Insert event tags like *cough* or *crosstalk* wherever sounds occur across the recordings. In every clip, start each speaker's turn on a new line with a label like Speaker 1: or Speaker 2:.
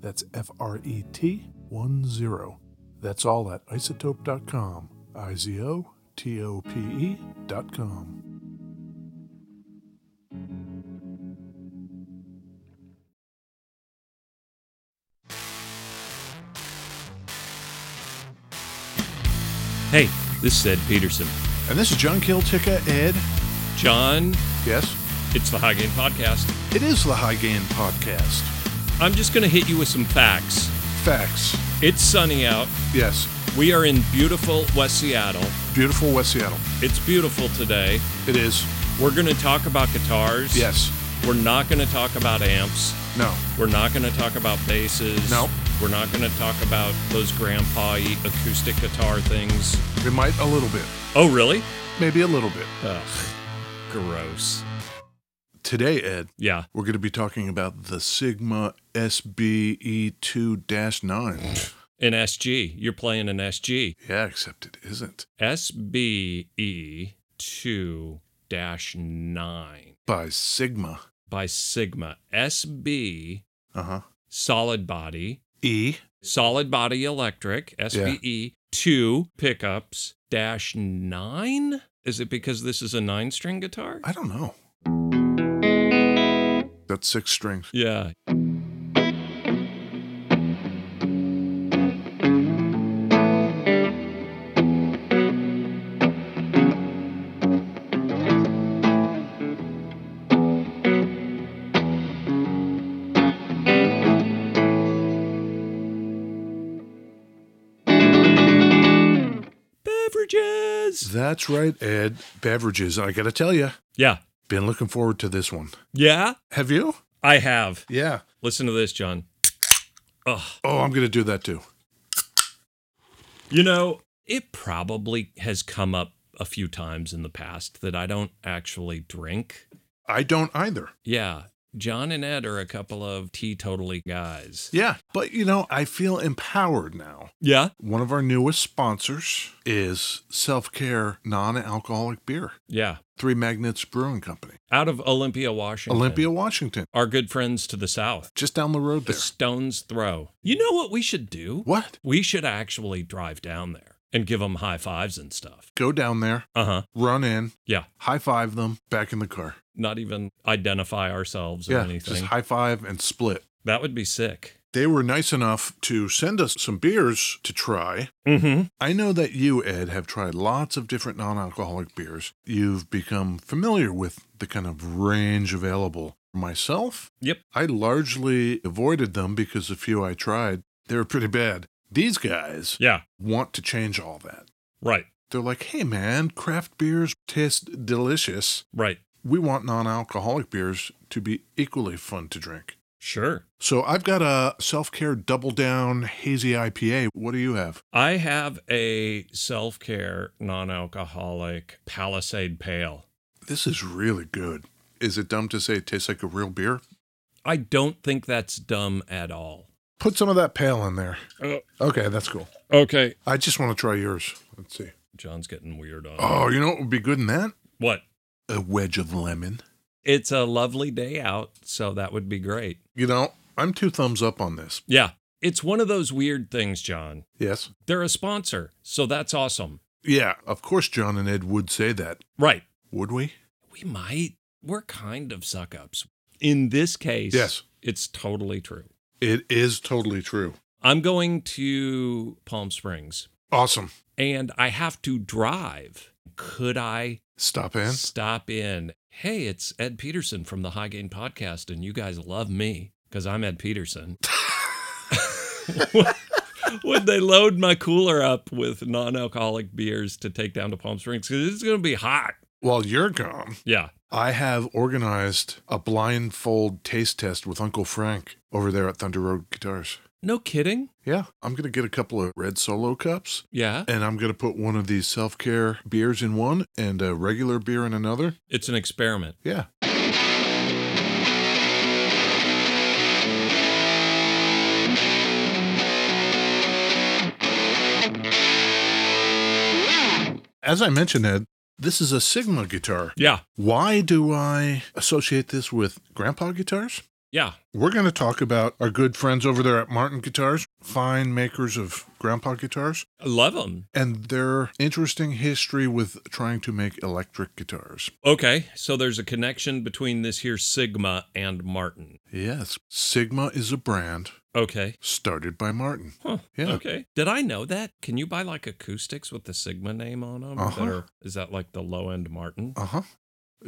Speaker 1: That's F R E T 1 0. That's all at isotope.com. I Z O T O P E dot com.
Speaker 2: Hey, this is Ed Peterson.
Speaker 1: And this is John Kiltica, Ed.
Speaker 2: John,
Speaker 1: Yes,
Speaker 2: it's the High Gain Podcast.
Speaker 1: it is the High Gain Podcast.
Speaker 2: I'm just going to hit you with some facts.
Speaker 1: Facts.
Speaker 2: It's sunny out.
Speaker 1: Yes.
Speaker 2: We are in beautiful West Seattle.
Speaker 1: Beautiful West Seattle.
Speaker 2: It's beautiful today.
Speaker 1: It is.
Speaker 2: We're going to talk about guitars.
Speaker 1: Yes.
Speaker 2: We're not going to talk about amps.
Speaker 1: No.
Speaker 2: We're not going to talk about basses.
Speaker 1: No.
Speaker 2: We're not going to talk about those grandpa acoustic guitar things.
Speaker 1: It might a little bit.
Speaker 2: Oh, really?
Speaker 1: Maybe a little bit.
Speaker 2: Ugh, gross.
Speaker 1: Today, Ed,
Speaker 2: Yeah.
Speaker 1: we're going to be talking about the Sigma E SBE2 9.
Speaker 2: An SG. You're playing an SG.
Speaker 1: Yeah, except it isn't.
Speaker 2: SBE 2 9
Speaker 1: By Sigma.
Speaker 2: by Sigma. SB
Speaker 1: Uh huh.
Speaker 2: solid body,
Speaker 1: E.
Speaker 2: solid body electric, SBE 2 pickups dash 9? Is it because this is a nine string guitar?
Speaker 1: I don't know. That's six strings.
Speaker 2: Yeah. Beverages.
Speaker 1: That's right, Ed. Beverages. I got to tell you,
Speaker 2: Yeah.
Speaker 1: been looking forward to this one.
Speaker 2: Yeah.
Speaker 1: Have you?
Speaker 2: I have.
Speaker 1: Yeah.
Speaker 2: Listen to this, John. Ugh.
Speaker 1: Oh, I'm going to do that too.
Speaker 2: You know, it probably has come up a few times in the past that I don't actually drink.
Speaker 1: I don't either.
Speaker 2: Yeah. John and Ed are a couple of teetotally guys.
Speaker 1: Yeah. But, you know, I feel empowered now.
Speaker 2: Yeah.
Speaker 1: One of our newest sponsors is Self Care Non Alcoholic Beer,
Speaker 2: Yeah.
Speaker 1: Three Magnets Brewing Company,
Speaker 2: Out of Olympia, Washington.
Speaker 1: Olympia, Washington,
Speaker 2: Our good friends to the south.
Speaker 1: just down the road
Speaker 2: The
Speaker 1: there.
Speaker 2: stone's throw. You know what we should do?
Speaker 1: What?
Speaker 2: We should actually drive down there and give them high fives and stuff.
Speaker 1: Go down there,
Speaker 2: Uh huh.
Speaker 1: run in,
Speaker 2: Yeah.
Speaker 1: high five them, back in the car.
Speaker 2: Not even identify ourselves or
Speaker 1: Yeah.
Speaker 2: anything.
Speaker 1: Just high five and split.
Speaker 2: that would be sick.
Speaker 1: They were nice enough to send us some beers to try.
Speaker 2: Mm hmm.
Speaker 1: I know that you, Ed, have tried lots of different non alcoholic beers. You've become familiar with the kind of range available. Myself,
Speaker 2: Yep.
Speaker 1: I largely avoided them because the few I tried, they were pretty bad. These guys
Speaker 2: Yeah.
Speaker 1: want to change all that.
Speaker 2: Right.
Speaker 1: They're like, hey man, craft beers taste delicious.
Speaker 2: Right.
Speaker 1: We want non alcoholic beers to be equally fun to drink.
Speaker 2: Sure.
Speaker 1: So I've got a self care double down hazy IPA. What do you have?
Speaker 2: I have a self care non alcoholic Palisade Pale.
Speaker 1: This is really good. Is it dumb to say it tastes like a real beer?
Speaker 2: I don't think that's dumb at all.
Speaker 1: Put some of that pale in there.
Speaker 2: Oh.
Speaker 1: Okay, that's cool.
Speaker 2: Okay.
Speaker 1: I just want to try yours. Let's see.
Speaker 2: John's getting weird on.
Speaker 1: Oh, you know what would be good in that?
Speaker 2: What?
Speaker 1: A wedge of lemon.
Speaker 2: It's a lovely day out, so that would be great.
Speaker 1: You know, I'm two thumbs up on this.
Speaker 2: Yeah. It's one of those weird things, John.
Speaker 1: Yes.
Speaker 2: They're a sponsor, so that's awesome.
Speaker 1: Yeah, of course John and Ed would say that.
Speaker 2: Right.
Speaker 1: Would we?
Speaker 2: We might. We're kind of suck ups. In this case,
Speaker 1: Yes.
Speaker 2: it's totally true.
Speaker 1: It is totally true.
Speaker 2: I'm going to Palm Springs
Speaker 1: Awesome.
Speaker 2: and I have to drive. Could I
Speaker 1: Stop in.
Speaker 2: stop in? Hey, it's Ed Peterson from the High Gain Podcast, and you guys love me because I'm Ed Peterson. *laughs* Would they load my cooler up with non alcoholic beers to take down to Palm Springs? Because it's going to be hot.
Speaker 1: While you're gone,
Speaker 2: Yeah.
Speaker 1: I have organized a blindfold taste test with Uncle Frank over there at Thunder Road Guitars.
Speaker 2: No kidding.
Speaker 1: Yeah, I'm going to get a couple of red solo cups
Speaker 2: Yeah.
Speaker 1: and I'm going to put one of these self care beers in one and a regular beer in another.
Speaker 2: It's an experiment.
Speaker 1: Yeah. As I mentioned, Ed, this is a Sigma guitar.
Speaker 2: Yeah.
Speaker 1: Why do I associate this with grandpa guitars?
Speaker 2: Yeah.
Speaker 1: We're going to talk about our good friends over there at Martin Guitars, fine makers of grandpa guitars,
Speaker 2: I love them.
Speaker 1: and their interesting history with trying to make electric guitars.
Speaker 2: Okay. So there's a connection between this here Sigma and Martin.
Speaker 1: Yes, Sigma is a brand
Speaker 2: Okay.
Speaker 1: started by Martin.
Speaker 2: Huh.
Speaker 1: Yeah.
Speaker 2: Okay. Did I know that? Can you buy like acoustics with the Sigma name on them?
Speaker 1: Uh-huh.
Speaker 2: is that like the low end Martin?
Speaker 1: Uh huh.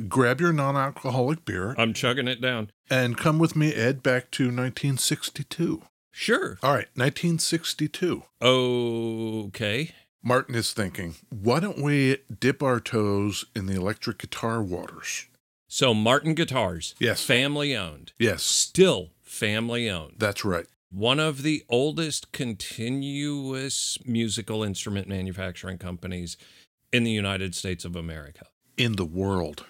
Speaker 1: Grab your non alcoholic beer
Speaker 2: I'm chugging it down.
Speaker 1: and come with me, Ed, back to 1962.
Speaker 2: Sure.
Speaker 1: All right, 1962.
Speaker 2: Okay.
Speaker 1: Martin is thinking, why don't we dip our toes in the electric guitar waters?
Speaker 2: So Martin Guitars,
Speaker 1: Yes.
Speaker 2: family owned,
Speaker 1: Yes,
Speaker 2: still family owned.
Speaker 1: that's right.
Speaker 2: One of the oldest continuous musical instrument manufacturing companies in the United States of America.
Speaker 1: In the world.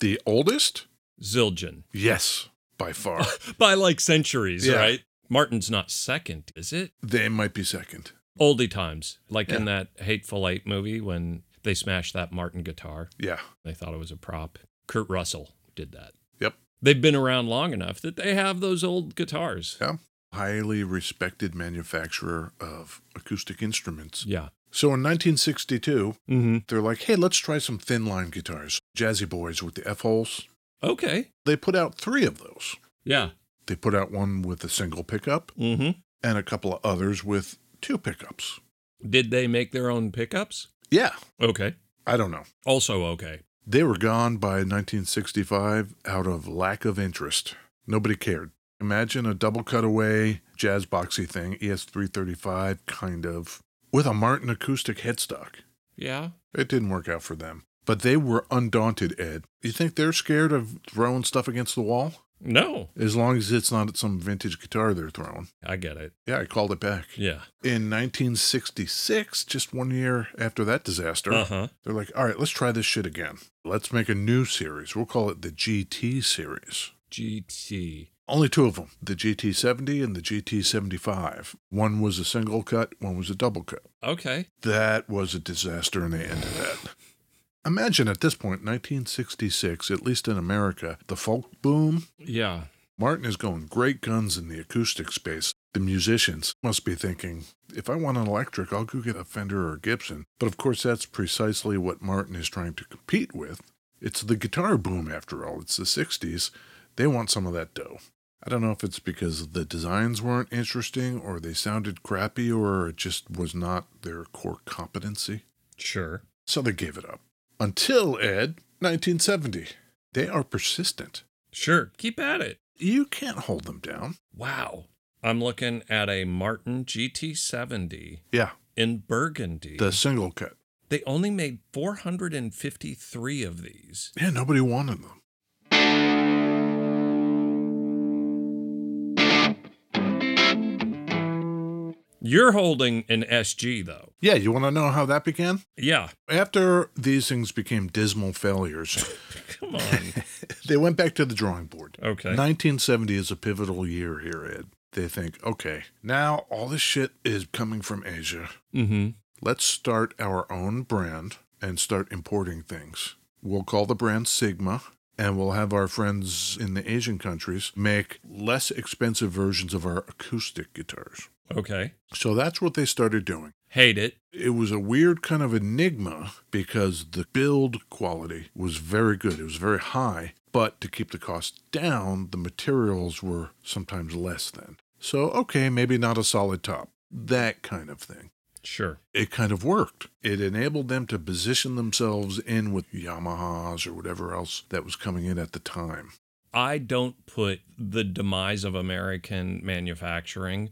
Speaker 1: The oldest?
Speaker 2: Zildjian.
Speaker 1: Yes, by far.
Speaker 2: By like centuries,
Speaker 1: Yeah.
Speaker 2: right? Martin's not second, is it?
Speaker 1: they might be second.
Speaker 2: Oldie times, like in
Speaker 1: Yeah.
Speaker 2: that Hateful Eight movie when they smashed that Martin guitar.
Speaker 1: Yeah.
Speaker 2: They thought it was a prop. Kurt Russell did that.
Speaker 1: Yep.
Speaker 2: They've been around long enough that they have those old guitars.
Speaker 1: Yeah. Highly respected manufacturer of acoustic instruments.
Speaker 2: Yeah.
Speaker 1: So in 1962,
Speaker 2: Mm-hmm.
Speaker 1: they're like, hey, let's try some thin line guitars, Jazzy Boys with the F holes.
Speaker 2: Okay.
Speaker 1: They put out three of those.
Speaker 2: Yeah.
Speaker 1: They put out one with a single pickup
Speaker 2: Mm-hmm.
Speaker 1: and a couple of others with two pickups.
Speaker 2: Did they make their own pickups?
Speaker 1: Yeah,
Speaker 2: Okay.
Speaker 1: I don't know.
Speaker 2: Also okay.
Speaker 1: They were gone by 1965 out of lack of interest. Nobody cared. Imagine a double cutaway jazz boxy thing, E ES335 kind of, with a Martin acoustic headstock.
Speaker 2: Yeah.
Speaker 1: It didn't work out for them. But they were undaunted, Ed. You think they're scared of throwing stuff against the wall?
Speaker 2: No.
Speaker 1: As long as it's not some vintage guitar they're throwing.
Speaker 2: I get it.
Speaker 1: Yeah, I called it back.
Speaker 2: Yeah.
Speaker 1: In 1966, just one year after that disaster,
Speaker 2: Uh-huh.
Speaker 1: they're like, all right, let's try this shit again. Let's make a new series. We'll call it the GT series.
Speaker 2: GT.
Speaker 1: Only two of them the GT70 and the GT75. One was a single cut, one was a double cut.
Speaker 2: Okay.
Speaker 1: That was a disaster, and they ended that. Imagine at this point, 1966, at least in America, the folk boom.
Speaker 2: Yeah.
Speaker 1: Martin is going great guns in the acoustic space. The musicians must be thinking, if I want an electric, I'll go get a Fender or a Gibson. But of course, that's precisely what Martin is trying to compete with. It's the guitar boom, after all. It's the 60s. They want some of that dough. I don't know if it's because the designs weren't interesting, or they sounded crappy, or it just was not their core competency.
Speaker 2: Sure.
Speaker 1: So they gave it up. Until Ed, 1970. They are persistent.
Speaker 2: Sure. Keep at it.
Speaker 1: You can't hold them down.
Speaker 2: Wow. I'm looking at a Martin GT70
Speaker 1: Yeah,
Speaker 2: in burgundy.
Speaker 1: the single cut.
Speaker 2: they only made 453 of these.
Speaker 1: Yeah, nobody wanted them.
Speaker 2: You're holding an SG though.
Speaker 1: Yeah, you want to know how that began?
Speaker 2: Yeah. *laughs*
Speaker 1: After these things became dismal failures,
Speaker 2: Come on.
Speaker 1: they went back to the drawing board.
Speaker 2: Okay.
Speaker 1: 1970 is a pivotal year here, Ed. They think, okay, now all this shit is coming from Asia.
Speaker 2: Mm-hmm.
Speaker 1: Let's start our own brand and start importing things. We'll call the brand Sigma, and we'll have our friends in the Asian countries make less expensive versions of our acoustic guitars.
Speaker 2: Okay.
Speaker 1: So that's what they started doing.
Speaker 2: Hate it.
Speaker 1: It was a weird kind of enigma because the build quality was very good, it was very high, but to keep the cost down, the materials were sometimes less than. So, okay, maybe not a solid top, that kind of thing
Speaker 2: Sure.
Speaker 1: it kind of worked. It enabled them to position themselves in with Yamahas or whatever else that was coming in at the time.
Speaker 2: I don't put the demise of American manufacturing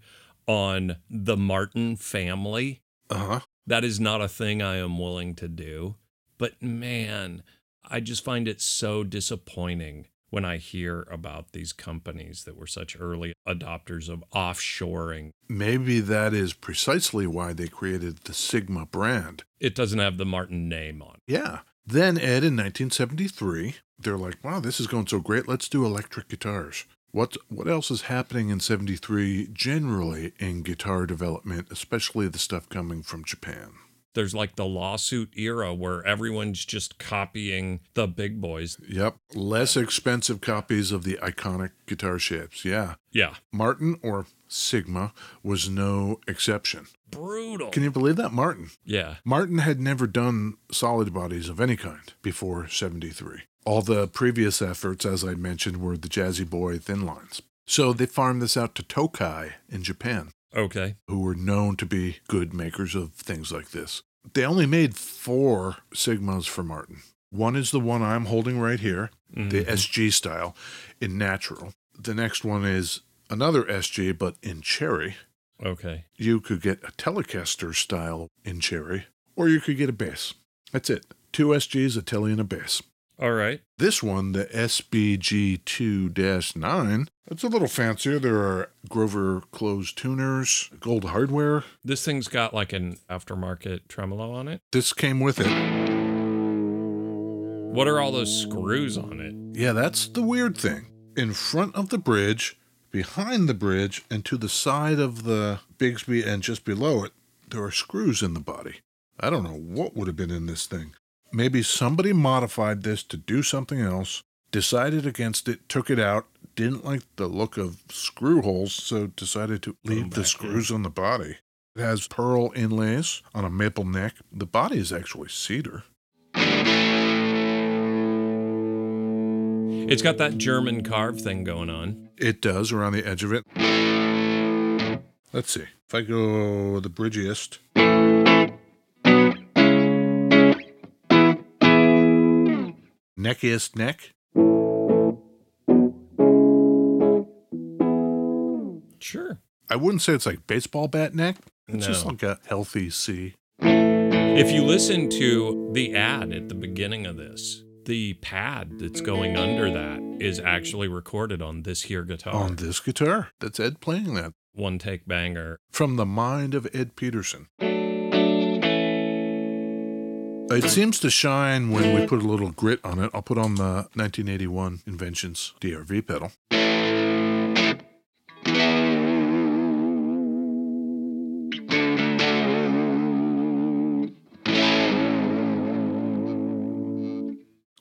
Speaker 2: on the Martin family.
Speaker 1: Uh huh.
Speaker 2: That is not a thing I am willing to do. But man, I just find it so disappointing when I hear about these companies that were such early adopters of offshoring.
Speaker 1: Maybe that is precisely why they created the Sigma brand.
Speaker 2: It doesn't have the Martin name on it.
Speaker 1: Yeah. Then Ed in 1973, they're like, "Wow, this is going so great. Let's do electric guitars." What what else is happening in 73 generally in guitar development, especially the stuff coming from Japan?
Speaker 2: There's like the lawsuit era where everyone's just copying the big boys.
Speaker 1: Yep, less expensive copies of the iconic guitar shapes. Yeah.
Speaker 2: Yeah.
Speaker 1: Martin or Sigma was no exception.
Speaker 2: Brutal.
Speaker 1: Can you believe that? Martin.
Speaker 2: yeah.
Speaker 1: Martin had never done solid bodies of any kind before 73. All the previous efforts, as I mentioned, were the Jazzy Boy thin lines. So they farmed this out to Tokai in Japan,
Speaker 2: Okay.
Speaker 1: who were known to be good makers of things like this. They only made four Sigmas for Martin. One is the one I'm holding right here,
Speaker 2: Mm-hmm.
Speaker 1: the SG style in natural. The next one is another SG, but in cherry
Speaker 2: Okay.
Speaker 1: you could get a Telecaster style in cherry, or you could get a bass. That's it. Two SGs, a Tele, and a bass.
Speaker 2: All right.
Speaker 1: This one, the SBG2 9, it's a little fancier. There are Grover closed tuners, gold hardware.
Speaker 2: This thing's got like an aftermarket tremolo on it.
Speaker 1: This came with it.
Speaker 2: What are all those screws on it?
Speaker 1: Yeah, that's the weird thing. In front of the bridge, behind the bridge, and to the side of the Bigsby and just below it, there are screws in the body. I don't know what would have been in this thing. Maybe somebody modified this to do something else, decided against it, took it out, didn't like the look of screw holes, so decided to
Speaker 2: Put 'em
Speaker 1: leave the
Speaker 2: back
Speaker 1: screws on the body. It has pearl inlays on a maple neck. The body is actually cedar.
Speaker 2: It's got that German carve thing going on.
Speaker 1: It does around the edge of it. Let's see. If I go the bridgiest. Neckiest neck.
Speaker 2: Sure.
Speaker 1: I wouldn't say it's like baseball bat neck. It's just
Speaker 2: No.
Speaker 1: like a healthy C.
Speaker 2: If you listen to the ad at the beginning of this, the pad that's going under that is actually recorded on this here guitar.
Speaker 1: On this guitar. That's Ed playing that.
Speaker 2: One take banger.
Speaker 1: From the mind of Ed Peterson. It seems to shine when we put a little grit on it. I'll put on the 1981 Inventions DRV pedal.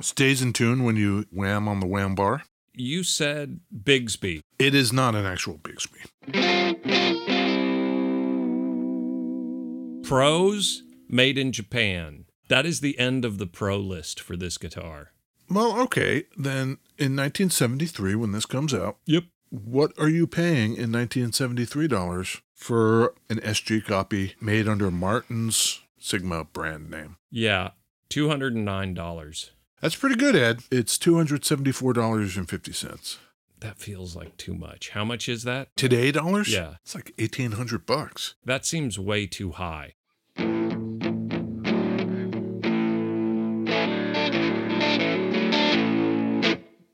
Speaker 1: Stays in tune when you wham on the wham bar.
Speaker 2: You said Bigsby.
Speaker 1: It is not an actual Bigsby.
Speaker 2: Pros made in Japan. That is the end of the pro list for this guitar.
Speaker 1: Well, okay. Then in 1973, when this comes out,
Speaker 2: Yep.
Speaker 1: what are you paying in 1973 dollars for an SG copy made under Martin's Sigma brand name?
Speaker 2: Yeah. $209.
Speaker 1: That's pretty good, Ed. It's $274.50.
Speaker 2: That feels like too much. How much is that?
Speaker 1: Today dollars?
Speaker 2: Yeah.
Speaker 1: It's like 1800 bucks.
Speaker 2: That seems way too high.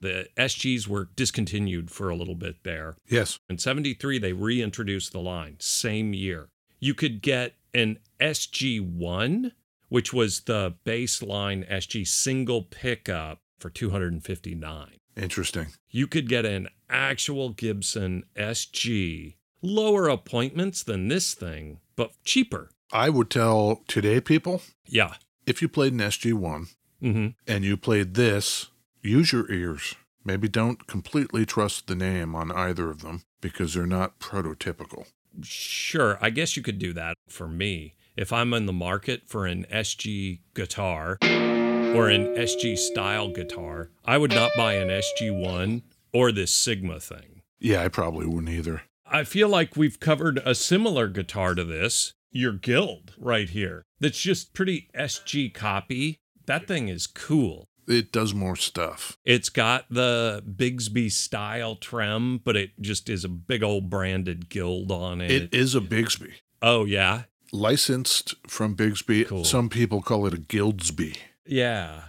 Speaker 2: The SGs were discontinued for a little bit there.
Speaker 1: Yes.
Speaker 2: In 73, they reintroduced the line, same year. You could get an SG1, which was the baseline SG single pickup for 259.
Speaker 1: Interesting.
Speaker 2: You could get an actual Gibson SG, lower appointments than this thing, but cheaper.
Speaker 1: I would tell today people
Speaker 2: Yeah.
Speaker 1: if you played an SG1
Speaker 2: Mm-hmm.
Speaker 1: and you played this, use your ears. Maybe don't completely trust the name on either of them because they're not prototypical.
Speaker 2: Sure, I guess you could do that for me. If I'm in the market for an SG guitar or an SG style guitar, I would not buy an SG1 or this Sigma thing.
Speaker 1: Yeah, I probably wouldn't either.
Speaker 2: I feel like we've covered a similar guitar to this, your Guild, right here. That's just pretty SG copy. That thing is cool.
Speaker 1: It does more stuff.
Speaker 2: It's got the Bigsby style trem, but it just is a big old branded Guild on it.
Speaker 1: It is a Bigsby.
Speaker 2: oh, yeah.
Speaker 1: Licensed from Bigsby.
Speaker 2: Cool.
Speaker 1: Some people call it a Guildsby.
Speaker 2: Yeah.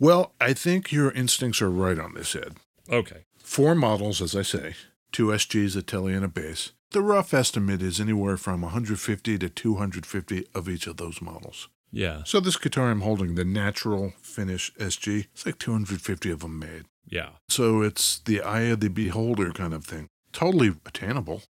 Speaker 1: Well, I think your instincts are right on this, Ed.
Speaker 2: Okay.
Speaker 1: Four models, as I say, two SGs, a Tele, and a bass. The rough estimate is anywhere from 150 to 250 of each of those models.
Speaker 2: Yeah.
Speaker 1: So this guitar I'm holding, the Natural Finish SG, it's like 250 of them made.
Speaker 2: Yeah.
Speaker 1: So it's the eye of the beholder kind of thing. Totally attainable.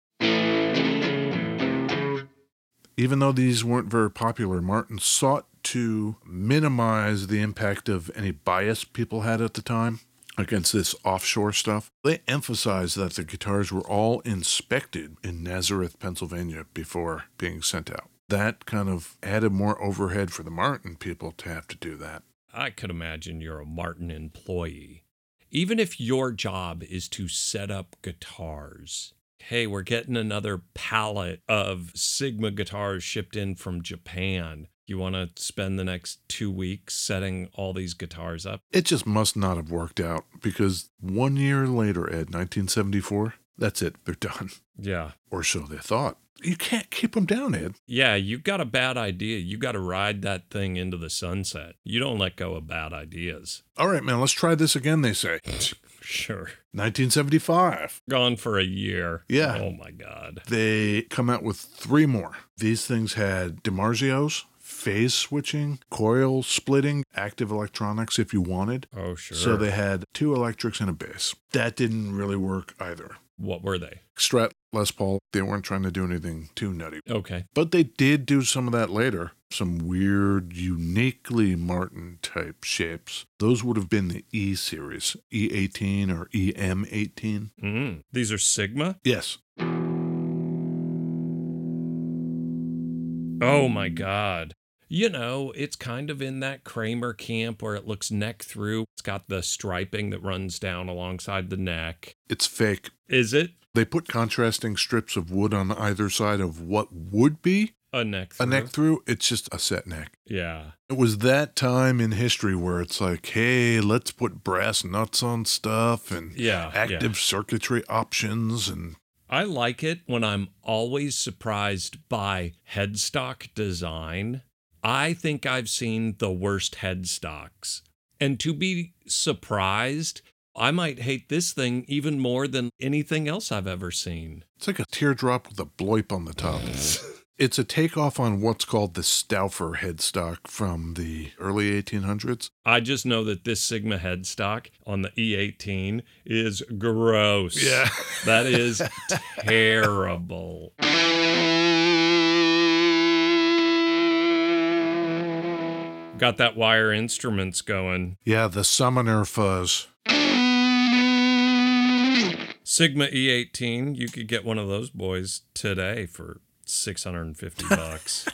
Speaker 1: Even though these weren't very popular, Martin sought to minimize the impact of any bias people had at the time against this offshore stuff. They emphasized that the guitars were all inspected in Nazareth, Pennsylvania before being sent out. That kind of added more overhead for the Martin people to have to do that.
Speaker 2: I could imagine you're a Martin employee. Even if your job is to set up guitars, hey, we're getting another pallet of Sigma guitars shipped in from Japan. You want to spend the next two weeks setting all these guitars up?
Speaker 1: It just must not have worked out because one year later, Ed, 1974, that's it. They're done.
Speaker 2: Yeah.
Speaker 1: Or so they thought. You can't keep them down, Ed.
Speaker 2: Yeah, you got a bad idea. You got to ride that thing into the sunset. You don't let go of bad ideas. *laughs*
Speaker 1: All right, man, let's try this again, they say.
Speaker 2: Sure.
Speaker 1: 1975.
Speaker 2: Gone for a year.
Speaker 1: Yeah.
Speaker 2: Oh my God.
Speaker 1: They come out with three more. These things had DiMarzio's, phase switching, coil splitting, active electronics if you wanted.
Speaker 2: Oh, sure.
Speaker 1: So they had two electrics and a bass. That didn't really work either.
Speaker 2: what were they?
Speaker 1: Strat, Les Paul, they weren't trying to do anything too nutty.
Speaker 2: Okay.
Speaker 1: But they did do some of that later. Some weird, uniquely Martin type shapes. Those would have been the E series, E18 or EM18.
Speaker 2: Mm. These are Sigma?
Speaker 1: Yes.
Speaker 2: Oh my God. You know, it's kind of in that Kramer camp where it looks neck through. It's got the striping that runs down alongside the neck.
Speaker 1: It's fake.
Speaker 2: Is it
Speaker 1: They put contrasting strips of wood on either side of what would be
Speaker 2: a neck
Speaker 1: a
Speaker 2: through?
Speaker 1: neck through. It's just a set neck.
Speaker 2: Yeah.
Speaker 1: It was that time in history where it's like, hey, let's put brass nuts on stuff and
Speaker 2: Yeah.
Speaker 1: active
Speaker 2: yeah.
Speaker 1: circuitry options and
Speaker 2: I like it when I'm always surprised by headstock design. I think I've seen the worst headstocks. And to be surprised, I might hate this thing even more than anything else I've ever seen.
Speaker 1: It's like a teardrop with a bloip on the top. *laughs* it's a takeoff on what's called the Stauffer headstock from the early 1800s.
Speaker 2: I just know that this Sigma headstock on the E18 is gross. *laughs* That is terrible. Got that wire instruments going.
Speaker 1: Yeah, the Summoner fuzz.
Speaker 2: Sigma E18, you could get one of those boys today for 650 bucks.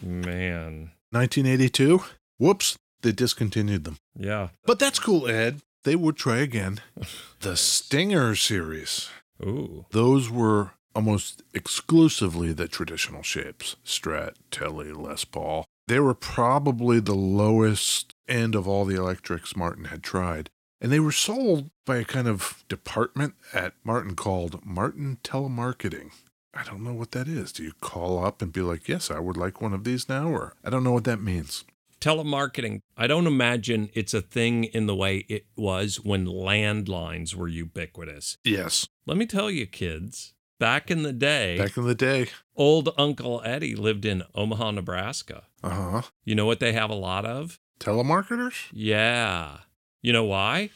Speaker 2: Man.
Speaker 1: 1982. Whoops, they discontinued them.
Speaker 2: Yeah.
Speaker 1: But that's cool, Ed. They would try again. The Stinger series.
Speaker 2: Ooh.
Speaker 1: Those were almost exclusively the traditional shapes Strat, Tele, Les Paul. They were probably the lowest end of all the electrics Martin had tried. And they were sold by a kind of department at Martin called Martin Telemarketing. I don't know what that is. Do you call up and be like, yes, I would like one of these now? Or I don't know what that means.
Speaker 2: telemarketing i don't imagine it's a thing in the way it was when landlines were ubiquitous
Speaker 1: Yes.
Speaker 2: let me tell you kids back in the day
Speaker 1: Back in the day.
Speaker 2: old uncle eddie lived in omaha nebraska
Speaker 1: Uh huh.
Speaker 2: you know what they have a lot of
Speaker 1: telemarketers?
Speaker 2: Yeah. You know why?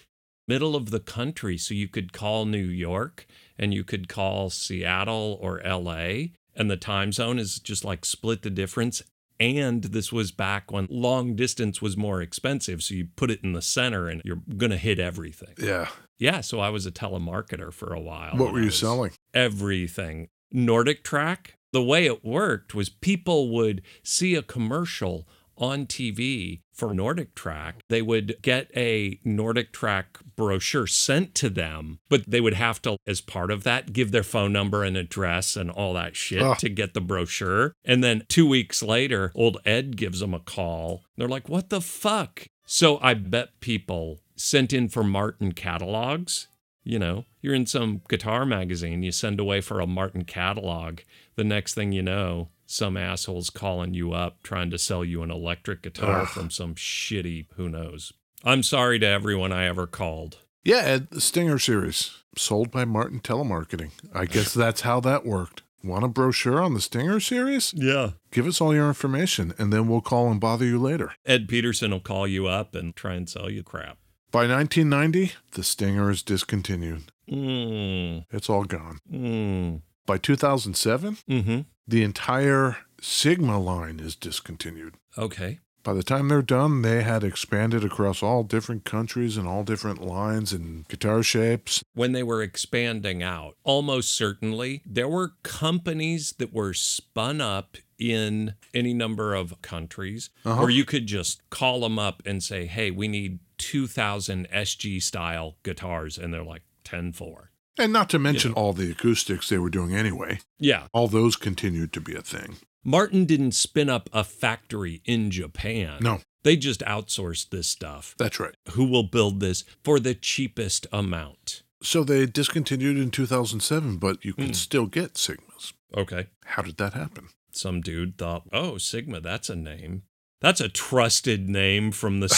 Speaker 2: Middle of the country. So you could call New York and you could call Seattle or LA, and the time zone is just like split the difference. And this was back when long distance was more expensive. So you put it in the center and you're going to hit everything.
Speaker 1: Yeah.
Speaker 2: Yeah. So I was a telemarketer for a while.
Speaker 1: What
Speaker 2: and
Speaker 1: were
Speaker 2: I
Speaker 1: you
Speaker 2: was-
Speaker 1: selling?
Speaker 2: everything. Nordic Track, the way it worked was people would see a commercial on TV for Nordic Track. They would get a Nordic Track brochure sent to them, but they would have to, as part of that, give their phone number and address and all that shit
Speaker 1: Ah.
Speaker 2: to get the brochure. And then two weeks later, old Ed gives them a call. They're like, what the fuck? So I bet people sent in for Martin catalogs you know, you're in some guitar magazine, you send away for a Martin catalog. The next thing you know, some asshole's calling you up trying to sell you an electric guitar
Speaker 1: Ugh.
Speaker 2: from some shitty who knows. I'm sorry to everyone I ever called.
Speaker 1: Yeah, Ed, the Stinger series sold by Martin Telemarketing. I guess that's how that worked. Want a brochure on the Stinger series?
Speaker 2: Yeah.
Speaker 1: Give us all your information and then we'll call and bother you later.
Speaker 2: Ed Peterson will call you up and try and sell you crap.
Speaker 1: By 1990, the Stinger is discontinued.
Speaker 2: Mm,
Speaker 1: It's all gone.
Speaker 2: mm,
Speaker 1: By 2007,
Speaker 2: mm-hmm.
Speaker 1: the entire Sigma line is discontinued.
Speaker 2: Okay.
Speaker 1: By the time they're done, they had expanded across all different countries and all different lines and guitar shapes.
Speaker 2: when they were expanding out, almost certainly there were companies that were spun up in any number of countries
Speaker 1: Uh-huh.
Speaker 2: where you could just call them up and say, hey, we need 2,000 SG style guitars. And they're like 10 4.
Speaker 1: And not to mention all the acoustics they were doing anyway.
Speaker 2: Yeah.
Speaker 1: All those continued to be a thing.
Speaker 2: Martin didn't spin up a factory in Japan.
Speaker 1: No,
Speaker 2: They just outsourced this stuff.
Speaker 1: that's right.
Speaker 2: Who will build this for the cheapest amount?
Speaker 1: So they discontinued in 2007, but you can
Speaker 2: Mm.
Speaker 1: still get Sigmas.
Speaker 2: Okay.
Speaker 1: How did that happen?
Speaker 2: some dude thought, oh, Sigma, that's a name. That's a trusted name from the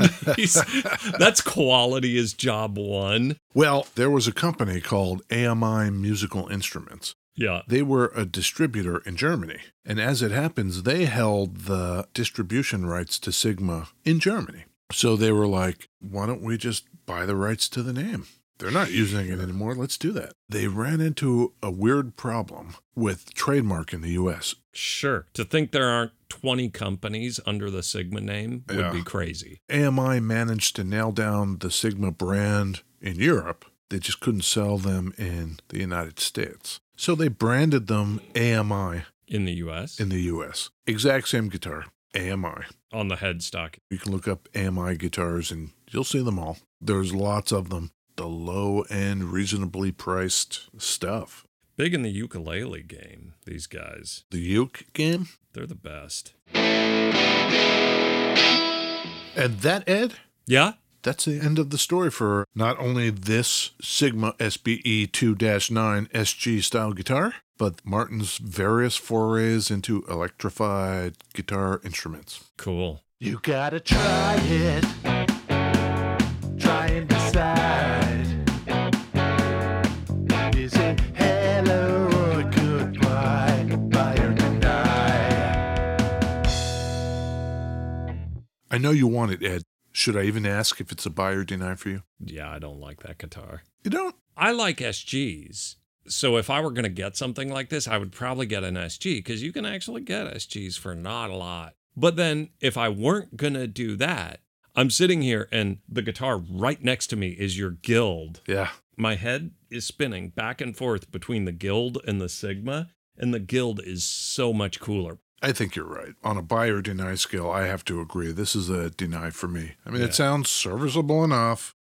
Speaker 1: *laughs*
Speaker 2: 70s. that's quality as job one.
Speaker 1: Well, there was a company called AMI Musical Instruments.
Speaker 2: Yeah.
Speaker 1: They were a distributor in Germany. And as it happens, they held the distribution rights to Sigma in Germany. So they were like, why don't we just buy the rights to the name? They're not using it anymore. Let's do that. They ran into a weird problem with trademark in the US.
Speaker 2: Sure. To think there aren't 20 companies under the Sigma name would
Speaker 1: Yeah.
Speaker 2: be crazy.
Speaker 1: AMI managed to nail down the Sigma brand in Europe. They just couldn't sell them in the United States. So they branded them AMI
Speaker 2: In the US,
Speaker 1: in the US. Exact same guitar, AMI.
Speaker 2: on the headstock.
Speaker 1: You can look up AMI guitars and you'll see them all. There's lots of them. The low end, reasonably priced stuff.
Speaker 2: Big in the ukulele game, these guys.
Speaker 1: The uke game.
Speaker 2: They're the best.
Speaker 1: And that, Ed,
Speaker 2: Yeah?
Speaker 1: that's the end of the story for not only this Sigma E SBE 2 9 SG style guitar, but Martin's various forays into electrified guitar instruments.
Speaker 2: Cool.
Speaker 3: You gotta try it. Try and decide. Is it hello or goodbye? Buy or deny?
Speaker 1: I know you want it, Ed. Should I even ask if it's a buy or deny for you?
Speaker 2: Yeah, I don't like that guitar.
Speaker 1: You don't?
Speaker 2: I like SGs. So if I were going to get something like this, I would probably get an SG because you can actually get SGs for not a lot. But then if I weren't going to do that, I'm sitting here and the guitar right next to me is your guild.
Speaker 1: Yeah.
Speaker 2: My head is spinning back and forth between the guild and the Sigma, and the guild is so much cooler.
Speaker 1: I think you're right. On a buy or deny scale, I have to agree. This is a deny for me. I mean,
Speaker 2: Yeah.
Speaker 1: it sounds serviceable enough.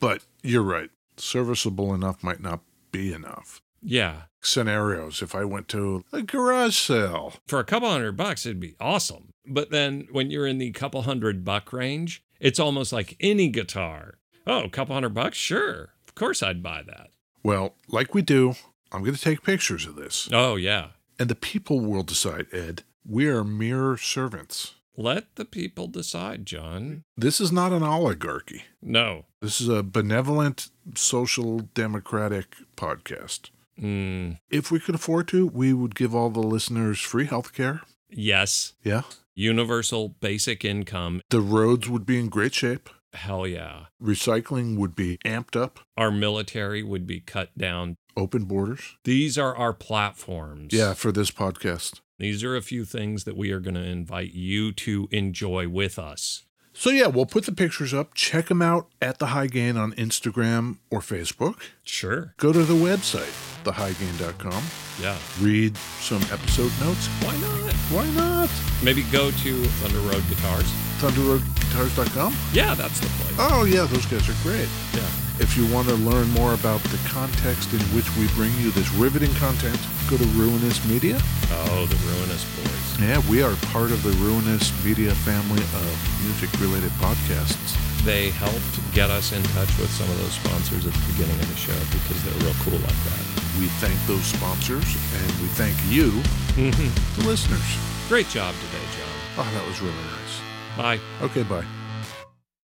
Speaker 1: But you're right. Serviceable enough might not be enough.
Speaker 2: Yeah.
Speaker 1: Scenarios if I went to a garage sale.
Speaker 2: For a couple hundred bucks, it'd be awesome. But then when you're in the couple hundred buck range, it's almost like any guitar. Oh, a couple hundred bucks? Sure. Of course I'd buy that.
Speaker 1: Well, like we do, I'm going to take pictures of this.
Speaker 2: Oh, yeah.
Speaker 1: And the people will decide, Ed. We are mere servants.
Speaker 2: Let the people decide, John.
Speaker 1: This is not an oligarchy.
Speaker 2: No.
Speaker 1: This is a benevolent, social, democratic podcast.
Speaker 2: Mm,
Speaker 1: If we could afford to, we would give all the listeners free health care.
Speaker 2: yes.
Speaker 1: Yeah.
Speaker 2: Universal basic income.
Speaker 1: The roads would be in great shape.
Speaker 2: Hell yeah.
Speaker 1: Recycling would be amped up.
Speaker 2: Our military would be cut down.
Speaker 1: Open borders.
Speaker 2: These are our platforms.
Speaker 1: Yeah, for this podcast.
Speaker 2: These are a few things that we are going to invite you to enjoy with us.
Speaker 1: So, yeah, we'll put the pictures up. Check them out at The High Gain on Instagram or Facebook.
Speaker 2: Sure.
Speaker 1: Go to the website, thehighgain.com.
Speaker 2: Yeah.
Speaker 1: Read some episode notes.
Speaker 2: Why not?
Speaker 1: Why not?
Speaker 2: Maybe go to Thunder Road Guitars.
Speaker 1: ThunderRoadGuitars.com.
Speaker 2: Yeah, that's the place.
Speaker 1: Oh, yeah, those guys are great.
Speaker 2: Yeah.
Speaker 1: If you want to learn more about the context in which we bring you this riveting content, go to Ruinous Media.
Speaker 2: Oh, the Ruinous Boys.
Speaker 1: Yeah, we are part of the Ruinous Media family of music related podcasts.
Speaker 2: They helped get us in touch with some of those sponsors at the beginning of the show because they're real cool like that.
Speaker 1: We thank those sponsors and we thank you, the listeners.
Speaker 2: Great job today, John.
Speaker 1: Oh, that was really nice.
Speaker 2: Bye.
Speaker 1: Okay, bye.